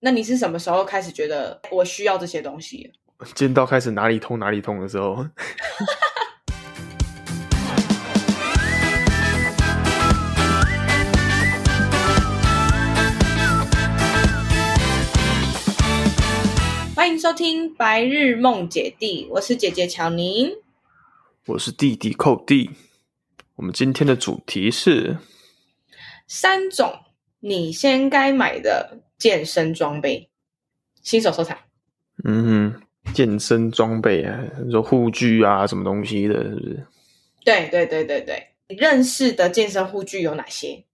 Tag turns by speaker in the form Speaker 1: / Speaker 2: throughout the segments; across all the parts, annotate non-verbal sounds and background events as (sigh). Speaker 1: 那你是什么时候开始觉得我需要这些东西？
Speaker 2: 见到开始哪里痛哪里痛的时候， (laughs)
Speaker 1: 欢迎收听《白日梦姐弟》，我是姐姐乔宁。
Speaker 2: 我是弟弟寇弟。我们今天的主题是
Speaker 1: 三种你先该买的健身装备，新手收藏。
Speaker 2: 嗯哼，健身装备啊，你说护具啊，什么东西的，是不是？
Speaker 1: 对对对对对，你认识的健身护具有哪些？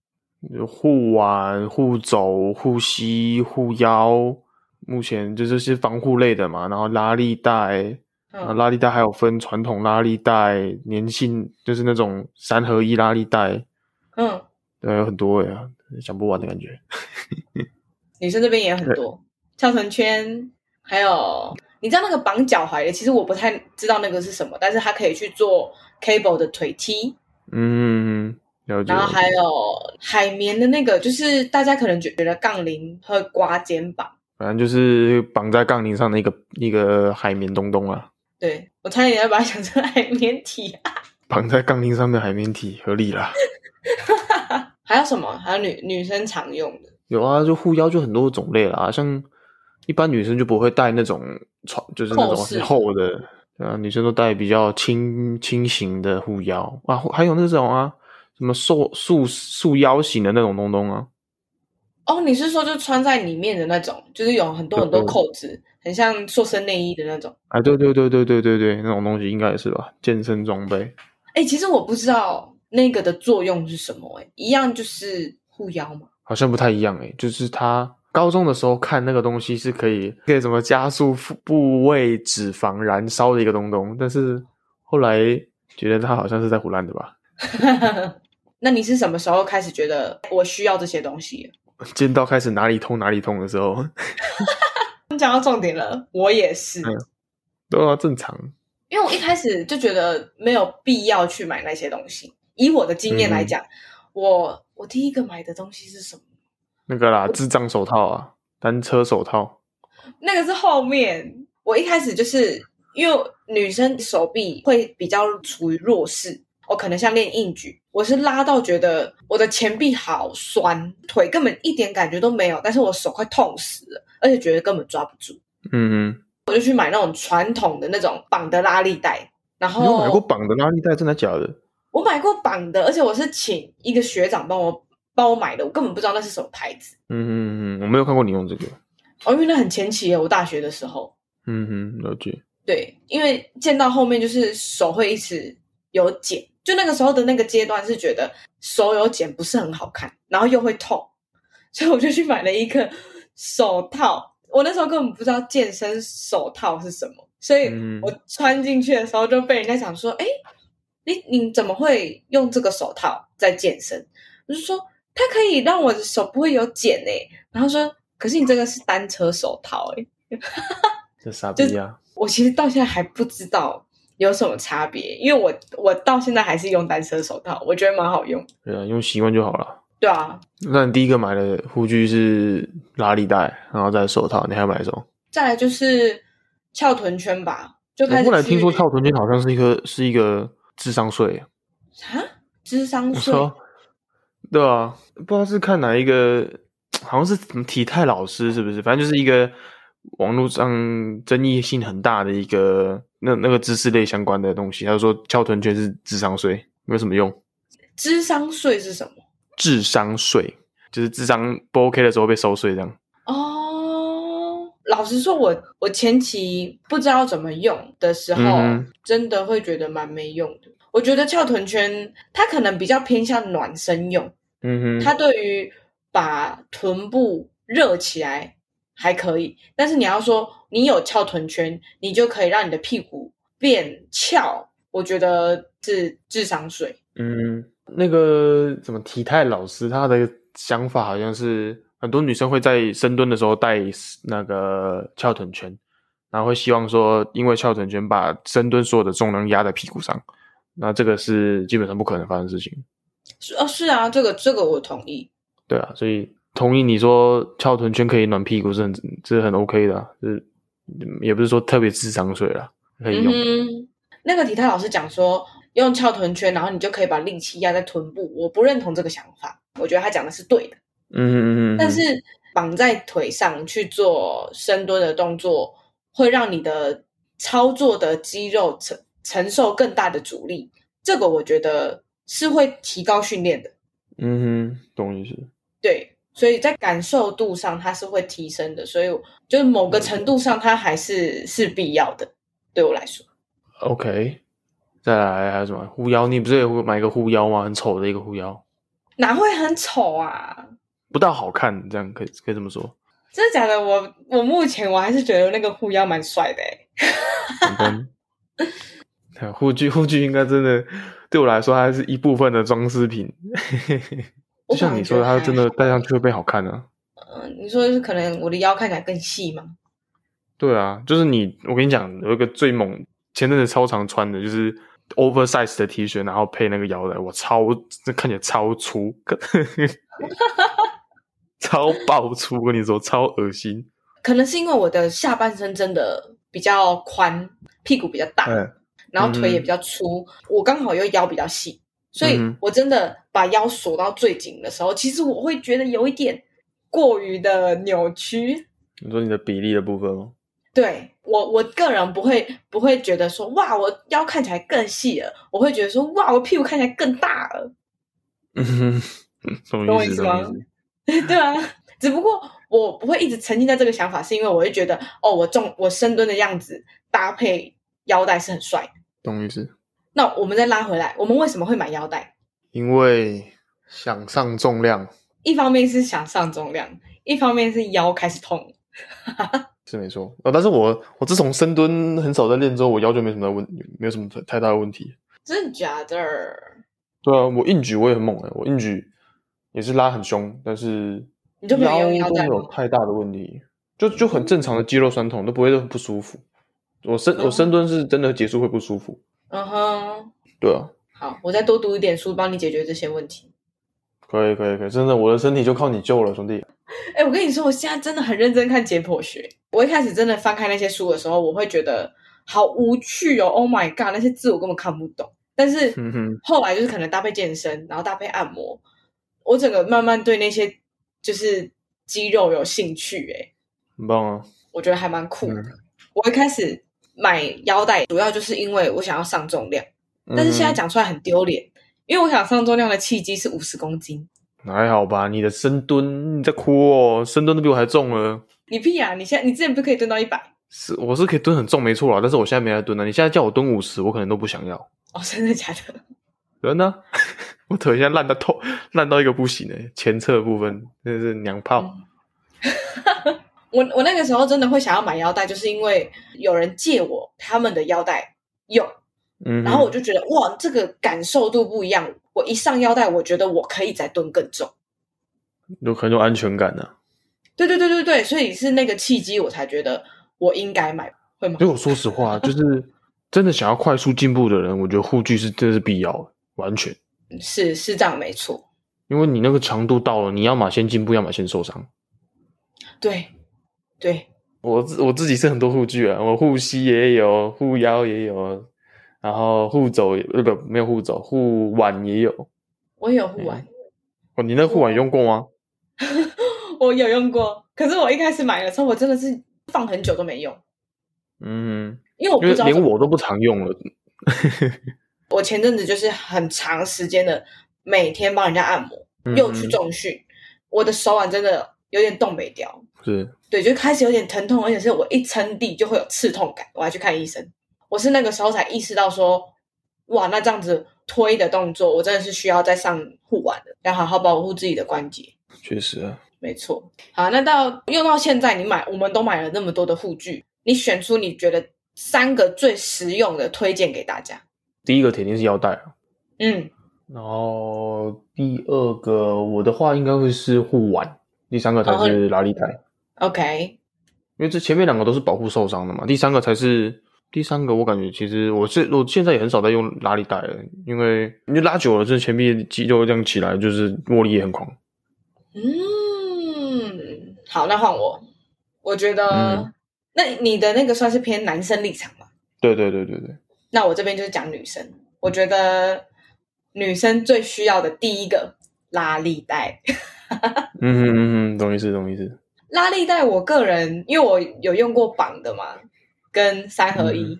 Speaker 2: 有护腕、护肘、护膝、护腰，目前就这些防护类的嘛。然后拉力带，啊，
Speaker 1: 嗯，
Speaker 2: 拉力带还有分传统拉力带、粘性，就是那种三合一拉力带，
Speaker 1: 嗯，
Speaker 2: 对，有很多呀，讲不完的感觉。
Speaker 1: 女生这边也有很多跳绳圈，还有你知道那个绑脚踝的，其实我不太知道那个是什么，但是它可以去做 cable 的腿踢。
Speaker 2: 嗯，了解。
Speaker 1: 然后还有海绵的那个，就是大家可能觉得杠铃会刮肩膀，
Speaker 2: 反正就是绑在杠铃上的一个一个海绵东东啊，
Speaker 1: 对我差点要把它想成海绵体、啊。
Speaker 2: 绑在杠铃上面海绵体合理啦。
Speaker 1: 还有什么？还有女女生常用的，
Speaker 2: 有啊，就护腰就很多种类啦，像一般女生就不会带那种穿，就是那种
Speaker 1: 扣式
Speaker 2: 很厚的，对啊，女生都带比较轻轻型的护腰啊，还有那种啊，什么束束束腰型的那种东东啊，
Speaker 1: 哦，你是说就穿在里面的那种，就是有很多很多扣子，很像塑身内衣的那种。
Speaker 2: 啊，对对对对对对对，那种东西应该也是吧，健身装备，
Speaker 1: 哎，其实我不知道那个的作用是什么，哎，一样就是护腰嘛。
Speaker 2: 好像不太一样诶、就是它高中的时候看那个东西是可以可以什么加速腹部位脂肪燃烧的一个东东，但是后来觉得它好像是在胡乱的吧。
Speaker 1: 那你是什么时候开始觉得我需要这些东西？
Speaker 2: 见到开始哪里痛哪里痛的时候， (laughs)
Speaker 1: 你讲到重点了，我也是。
Speaker 2: 嗯都要正常。
Speaker 1: 因为我一开始就觉得没有必要去买那些东西。以我的经验
Speaker 2: 嗯
Speaker 1: 来讲，我我第一个买的东西是什么？
Speaker 2: 那个啦，智障手套啊，单车手套，
Speaker 1: 那个是后面。我一开始就是因为女生手臂会比较处于弱势，我可能像练硬举，我是拉到觉得我的前臂好酸，腿根本一点感觉都没有，但是我手快痛死了，而且觉得根本抓不住。
Speaker 2: 嗯
Speaker 1: 我就去买那种传统的那种绑的拉力带，然
Speaker 2: 嗯，
Speaker 1: 后
Speaker 2: 你有买过绑的拉力带，真的假的？
Speaker 1: 我买过绑的，而且我是请一个学长帮我帮我买的，我根本不知道那是什么牌子。
Speaker 2: 嗯嗯嗯，我没有看过你用这个。
Speaker 1: 哦，因为那很前期耶，我大学的时候，
Speaker 2: 嗯嗯，了解。
Speaker 1: 对，因为见到后面就是手会一直有茧，就那个时候的那个阶段是觉得手有茧不是很好看，然后又会痛，所以我就去买了一个手套。我那时候根本不知道健身手套是什么，所以
Speaker 2: 嗯
Speaker 1: 我穿进去的时候就被人家讲说：“哎、你你怎么会用这个手套在健身？”我就说：“它可以让我的手不会有茧诶、然后说：“可是你这个是单车手套欸诶、
Speaker 2: 这傻逼啊！
Speaker 1: 我其实到现在还不知道有什么差别，因为我我到现在还是用单车手套，我觉得蛮好用。
Speaker 2: 对啊，用习惯就好了。
Speaker 1: 对啊，
Speaker 2: 那你第一个买的护具是拉力带，然后再是手套，你还买什么？
Speaker 1: 再来就是翘臀圈吧，就
Speaker 2: 我
Speaker 1: 开始
Speaker 2: 后来
Speaker 1: 去
Speaker 2: 听说跳臀圈好像是一个是一个智商税，
Speaker 1: 啊，智商
Speaker 2: 我
Speaker 1: 税
Speaker 2: 说，对啊，不知道是看哪一个，好像是什么体态老师是不是？反正就是一个网络上争议性很大的一个那那个知识类相关的东西。他就说翘臀圈是智商税，没有什么用。
Speaker 1: 智商税是什么？
Speaker 2: 智商税就是智商不 OK 的时候被收税这样。
Speaker 1: 哦，老实说我，我前期不知道怎么用的时候，
Speaker 2: 嗯
Speaker 1: 真的会觉得蛮没用的。我觉得翘臀圈它可能比较偏向暖身用，
Speaker 2: 嗯
Speaker 1: 它对于把臀部热起来还可以，但是你要说你有翘臀圈，你就可以让你的屁股变翘，我觉得是智商税。
Speaker 2: 嗯，那个什么体态老师，他的想法好像是很多女生会在深蹲的时候带那个翘臀圈，然后会希望说，因为翘臀圈把深蹲所有的重量压在屁股上，那这个是基本上不可能发生的事情。
Speaker 1: 是哦，是啊，这个这个我同意。
Speaker 2: 对啊，所以同意你说翘臀圈可以暖屁股是很这是很 OK 的、啊，就是嗯也不是说特别智商税啦，可以
Speaker 1: 嗯
Speaker 2: 用。
Speaker 1: 哼，那个体态老师讲说，用翘臀圈，然后你就可以把力气压在臀部。我不认同这个想法，我觉得他讲的是对的。
Speaker 2: 嗯嗯嗯，
Speaker 1: 但是绑在腿上去做深蹲的动作，会让你的操作的肌肉承承受更大的阻力，这个我觉得是会提高训练的。
Speaker 2: 嗯哼，懂意思。
Speaker 1: 对，所以在感受度上它是会提升的，所以就是某
Speaker 2: 嗯
Speaker 1: 个程度上它还是是必要的，对我来说。
Speaker 2: OK，再来还有什么护腰？你不是有买一个护腰吗？很丑的一个护腰，
Speaker 1: 哪会很丑啊？
Speaker 2: 不到好看，这样可以可以这么说。
Speaker 1: 真的假的？我我目前我还是觉得那个护腰蛮帅的、欸，
Speaker 2: 反
Speaker 1: (laughs)
Speaker 2: 正呃护具护具应该真的对我来说，它是一部分的装饰品。
Speaker 1: 我
Speaker 2: 就像
Speaker 1: 反而
Speaker 2: 你
Speaker 1: 觉
Speaker 2: 说
Speaker 1: 得
Speaker 2: 的，它
Speaker 1: 还
Speaker 2: 真的戴上去会变好看啊。
Speaker 1: 嗯、你说是可能我的腰看起来更细吗？
Speaker 2: 对啊，就是你，我跟你讲，有一个最猛，前阵子超常穿的就是 oversize 的 T 恤，然后配那个腰带，我超这看起来
Speaker 1: (laughs)
Speaker 2: 超粗， (laughs) 超爆粗，我跟你说超恶心。
Speaker 1: 可能是因为我的下半身真的比较宽，屁股比较大，
Speaker 2: 嗯
Speaker 1: 然后腿也
Speaker 2: 嗯
Speaker 1: 比较粗，我刚好又腰比较细，所以
Speaker 2: 嗯哼
Speaker 1: 我真的把腰锁到最紧的时候，其实我会觉得有一点过于的扭曲。
Speaker 2: 你说你的比例的部 (laughs) 分吗？
Speaker 1: 对我我个人不会不会觉得说哇我腰看起来更细了，我会觉得说哇我屁股看起来更大了。 (laughs)
Speaker 2: 嗯，什
Speaker 1: 懂我
Speaker 2: 么意
Speaker 1: 意
Speaker 2: 思？
Speaker 1: 思
Speaker 2: 什么
Speaker 1: 吗
Speaker 2: 意思？
Speaker 1: 对啊，只不过我不会一直沉浸在这个想法，是因为我会觉得，哦，我重我深蹲的样子搭配腰带是很帅的。
Speaker 2: 懂意思。
Speaker 1: 那我们再拉回来，我们为什么会买腰带？
Speaker 2: 因为想上重量
Speaker 1: 一方面是想上重量，一方面是腰开始痛。
Speaker 2: 是没错哦，但是我我自从深蹲很少在练之后，我腰就没什么问，没有什么太太大的问题。
Speaker 1: 真的假的？
Speaker 2: 对啊，我硬举我也很猛哎、我硬举也是拉很凶，但是
Speaker 1: 你就没有用腰
Speaker 2: 腰都
Speaker 1: 带
Speaker 2: 没有
Speaker 1: 吗
Speaker 2: 太大的问题，就就很正常的肌肉酸痛，都不会很不舒服。我深我深蹲是真的结束会不舒服，
Speaker 1: 嗯哼，
Speaker 2: 对啊，
Speaker 1: 好，我再多读一点书，帮你解决这些问题。
Speaker 2: 可以可以可以，真的我的身体就靠你救了，兄弟。
Speaker 1: 哎，我跟你说，我现在真的很认真看解剖学。我一开始真的翻开那些书的时候，我会觉得好无趣哦，Oh my god，那些字我根本看不懂。但是
Speaker 2: 嗯哼，
Speaker 1: 后来就是可能搭配健身，然后搭配按摩，我整个慢慢对那些就是肌肉有兴趣、欸，
Speaker 2: 很棒啊，
Speaker 1: 我觉得还蛮酷的。我一开始买腰带，主要就是因为我想要上重量，但是
Speaker 2: 嗯
Speaker 1: 现在讲出来很丢脸，因为我想上重量的契机是五十公斤。
Speaker 2: 嗯还好吧？你的深蹲你在哭哦，深蹲都比我还重了。
Speaker 1: 你屁啊！你现在你之前不是可以蹲到一百？
Speaker 2: 是，我是可以蹲很重，没错啦，但是我现在没在蹲啊了。你现在叫我蹲五十，我可能都不想要。
Speaker 1: 哦， (laughs) 真的假的？
Speaker 2: 人呢？ (laughs) 我腿现在烂到透， (laughs) 烂到一个不行哎、前侧部分真的是娘炮。
Speaker 1: 我我那个时候真的会想要买腰带，就是因为有人借我他们的腰带用，
Speaker 2: 嗯哼，
Speaker 1: 然后我就觉得哇，这个感受度不一样。我一上腰带，我觉得我可以再蹲更重。
Speaker 2: 有很有安全感呢、啊
Speaker 1: 对对对对对，所以是那个契机，我才觉得我应该买，会吗
Speaker 2: 所？以我说实
Speaker 1: (laughs)
Speaker 2: 话，就是真的想要快速进步的人，我觉得护具是真的是必要的，完全。
Speaker 1: 是是这样，没错。
Speaker 2: 因为你那个强度到了，你要么先进步，要么先受伤。
Speaker 1: 对对，
Speaker 2: 我自我自己是很多护具啊，我护膝也有，护腰也有，然后护肘也呃不没有护肘，护腕也有。
Speaker 1: 我也有护腕，
Speaker 2: 哦，你那护腕用过吗？
Speaker 1: (laughs) 我有用过。可是我一开始买的时候，我真的是放很久都没用，
Speaker 2: 嗯，
Speaker 1: 因哦为我不
Speaker 2: 因为
Speaker 1: 知道怎
Speaker 2: 连
Speaker 1: 么。
Speaker 2: 我都不常用了。
Speaker 1: 我前阵子就是很长时间的每天帮人家按摩，
Speaker 2: 嗯
Speaker 1: 又去重训，我的手腕真的有点动没掉，
Speaker 2: 是，
Speaker 1: 对，就开始有点疼痛，而且是我一撑地就会有刺痛感，我还去看医生。我是那个时候才意识到说，哇，那这样子推的动作，我真的是需要再上护腕的，要好好保护自己的关节。
Speaker 2: 确实啊。
Speaker 1: 没错，好，那到用到现在，你买我们都买了那么多的护具，你选出你觉得三个最实用的，推荐给大家。
Speaker 2: 第一个铁定是腰带啊，
Speaker 1: 嗯，
Speaker 2: 然后第二个我的话应该会是护腕，第三个才
Speaker 1: 哦
Speaker 2: 是拉力带，
Speaker 1: OK，
Speaker 2: 因为这前面两个都是保护受伤的嘛，第三个才是第三个我感觉其实我是我现在也很少在用拉力带了，因为你拉久了，这前臂肌肉这样起来就是握力也很狂，
Speaker 1: 嗯，好，那换我，我觉得、
Speaker 2: 嗯
Speaker 1: 那你的那个算是偏男生立场嘛？
Speaker 2: 对对对对对，
Speaker 1: 那我这边就是讲女生，我觉得女生最需要的第一个拉力带，
Speaker 2: 嗯嗯嗯，懂意思懂意思。
Speaker 1: 拉力带，我个人因为我有用过绑的嘛，跟三合一，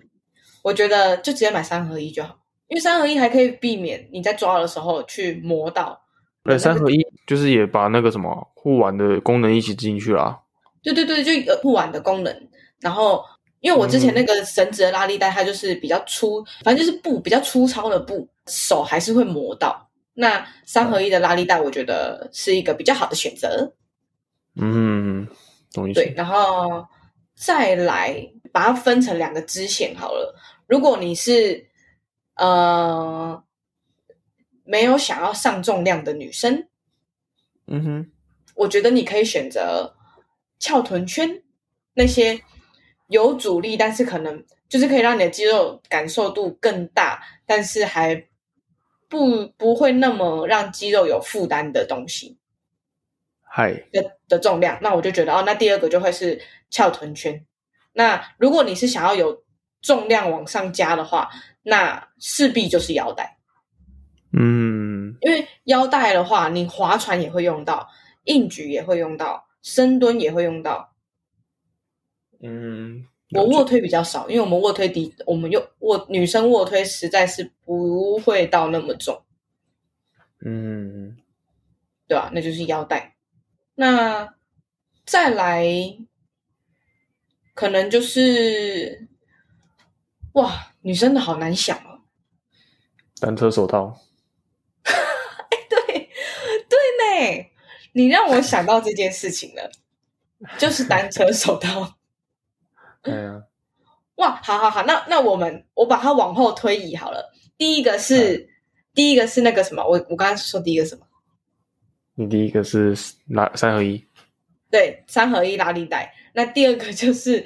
Speaker 1: 我觉得就直接买三合一就好，因为三合一还可以避免你在抓的时候去磨到。
Speaker 2: 对，三合一就是也把那个什么护腕的功能一起进去啦。
Speaker 1: 对对对，就有护腕的功能。然后，因为我之前那个绳子的拉力带，它就是比较粗，反正就是布比较粗糙的布，手还是会磨到。那三合一的拉力带，我觉得是一个比较好的选择。
Speaker 2: 嗯，懂意思。
Speaker 1: 对，然后再来把它分成两个支线好了。如果你是呃没有想要上重量的女生，
Speaker 2: 嗯哼，
Speaker 1: 我觉得你可以选择翘臀圈那些有阻力，但是可能就是可以让你的肌肉感受度更大，但是还不不会那么让肌肉有负担的东西。
Speaker 2: 嗨，
Speaker 1: 的的重量，那我就觉得哦，那第二个就会是翘臀圈。那如果你是想要有重量往上加的话，那势必就是腰带，
Speaker 2: 嗯
Speaker 1: 因为腰带的话，你划船也会用到，硬举也会用到，深蹲也会用到。
Speaker 2: 嗯，
Speaker 1: 我
Speaker 2: 了解
Speaker 1: 卧推比较少，因为我们卧推的，我们又卧女生卧推实在是不会到那么重。
Speaker 2: 嗯
Speaker 1: 对啊，那就是腰带。那再来，可能就是哇，女生的好难想哦。
Speaker 2: 单车
Speaker 1: (laughs)
Speaker 2: 手套，
Speaker 1: 对，对呢，你让我想到这件事情了，就是单车手套。 (laughs)
Speaker 2: 哎呀，
Speaker 1: 哇，好好好，那那我们我把它往后推移好了。第一个是、第一个是那个什么，我我刚刚说第一个什么？
Speaker 2: 你第一个是拉三合一，
Speaker 1: 对，三合一拉力带。那第二个就是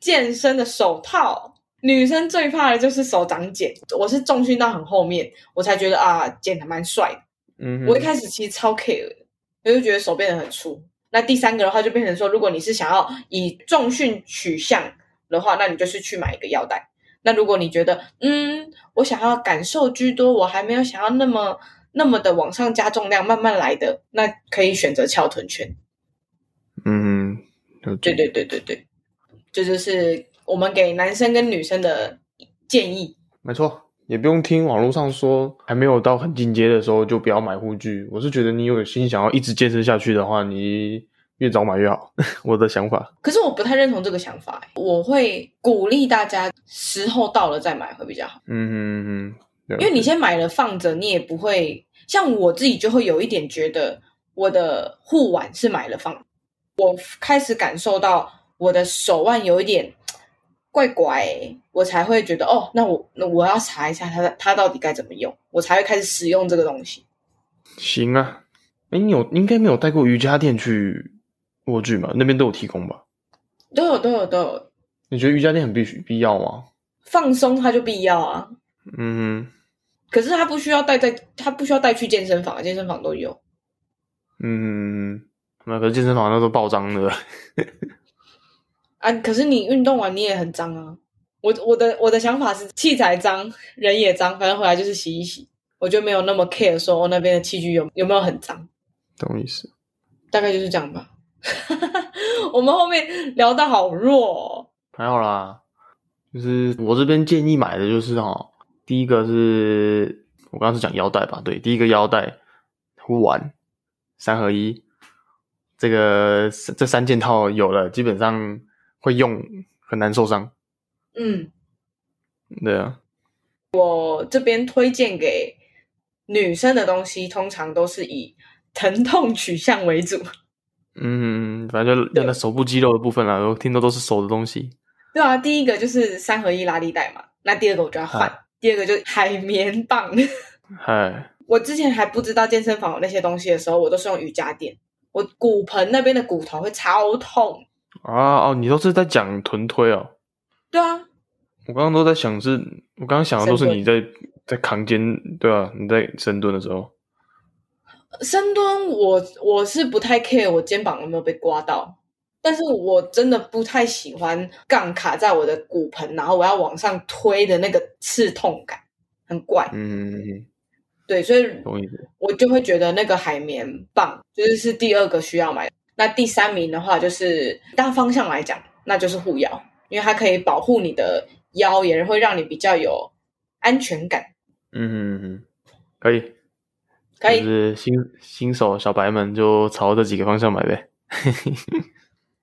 Speaker 1: 健身的手套，女生最怕的就是手长茧。我是重训到很后面，我才觉得啊，剪还蛮帅的。
Speaker 2: 嗯
Speaker 1: 我一开始其实超 care，的我就觉得手变得很粗。那第三个的话，就变成说，如果你是想要以重训取向的话，那你就是去买一个腰带。那如果你觉得，嗯，我想要感受居多，我还没有想要那么那么的往上加重量，慢慢来的，那可以选择翘臀圈。
Speaker 2: 嗯，了
Speaker 1: 对
Speaker 2: 解
Speaker 1: 对对对对，这就是我们给男生跟女生的建议。
Speaker 2: 没错，也不用听网络上说还没有到很进阶的时候就不要买护具。我是觉得你有心想要一直健身下去的话，你越早买越好。 (laughs) 我的想法，
Speaker 1: 可是我不太认同这个想法，欸我会鼓励大家时候到了再买会比较好，
Speaker 2: 嗯嗯嗯，
Speaker 1: 因为你先买了放着，你也不会像我自己就会有一点觉得我的护腕是买了放，我开始感受到我的手腕有一点怪怪、欸我才会觉得哦，那我那我要查一下它它到底该怎么用，我才会开始使用这个东西。
Speaker 2: 行啊。哎，你有你应该没有带过瑜伽垫去卧具吧？那边都有提供吧？
Speaker 1: 都有都有都有，
Speaker 2: 你觉得瑜伽垫很必须必要吗？
Speaker 1: 放松它就必要啊，
Speaker 2: 嗯哼
Speaker 1: 可是它不需要带在，它不需要带去健身房，健身房都有。
Speaker 2: 嗯哼，那个健身房那都爆脏的。 (laughs)
Speaker 1: 啊，可是你运动完你也很脏啊。我我的我的想法是，器材脏，人也脏，反正回来就是洗一洗。我就没有那么 care 说哦那边的器具有有没有很脏，
Speaker 2: 懂意思？
Speaker 1: 大概就是这样吧。 (laughs) 我们后面聊的好弱、哦，
Speaker 2: 还好啦，就是我这边建议买的就是哦，第一个是我刚刚是讲腰带吧？对，第一个腰带、护腕、三合一，这个这三件套有了，基本上会用，很难受伤。
Speaker 1: 嗯，
Speaker 2: 对啊，
Speaker 1: 我这边推荐给女生的东西，通常都是以疼痛取向为主。
Speaker 2: 嗯，反正就那个手部肌肉的部分啦，我听到都是手的东西。
Speaker 1: 对啊，第一个就是三合一拉力带嘛，那第二个我就要换，
Speaker 2: 嗨
Speaker 1: 第二个就是海绵棒。 (laughs)
Speaker 2: 嗨，
Speaker 1: 我之前还不知道健身房有那些东西的时候，我都是用瑜伽垫，我骨盆那边的骨头会超痛。
Speaker 2: 啊哦，你都是在讲臀推哦。
Speaker 1: 对啊，
Speaker 2: 我刚刚都在想是，我刚刚想的都是
Speaker 1: 深蹲
Speaker 2: 你在在扛肩，对啊，你在深蹲的时候。
Speaker 1: 深蹲我我是不太 care 我肩膀有没有被刮到，但是我真的不太喜欢杠卡在我的骨盆，然后我要往上推的那个刺痛感，很怪。
Speaker 2: 嗯，
Speaker 1: 对，所以
Speaker 2: 懂意思。
Speaker 1: 我就会觉得那个海绵棒就是是第二个需要买的。那第三名的话，就是大方向来讲，那就是护腰，因为它可以保护你的腰，也会让你比较有安全感。
Speaker 2: 嗯嗯嗯，可以，
Speaker 1: 可以，
Speaker 2: 就是新新手小白们就朝这几个方向买呗。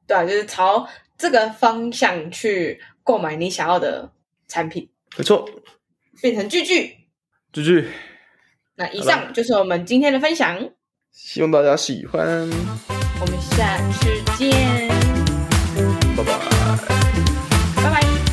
Speaker 1: 对啊，就是朝这个方向去购买你想要的产品，
Speaker 2: 没错，
Speaker 1: 变成句句。
Speaker 2: 句句，
Speaker 1: 那以
Speaker 2: 好
Speaker 1: 上就是我们今天的分享，
Speaker 2: 希望大家喜欢，
Speaker 1: 我们下次见，
Speaker 2: 拜拜。
Speaker 1: 拜拜。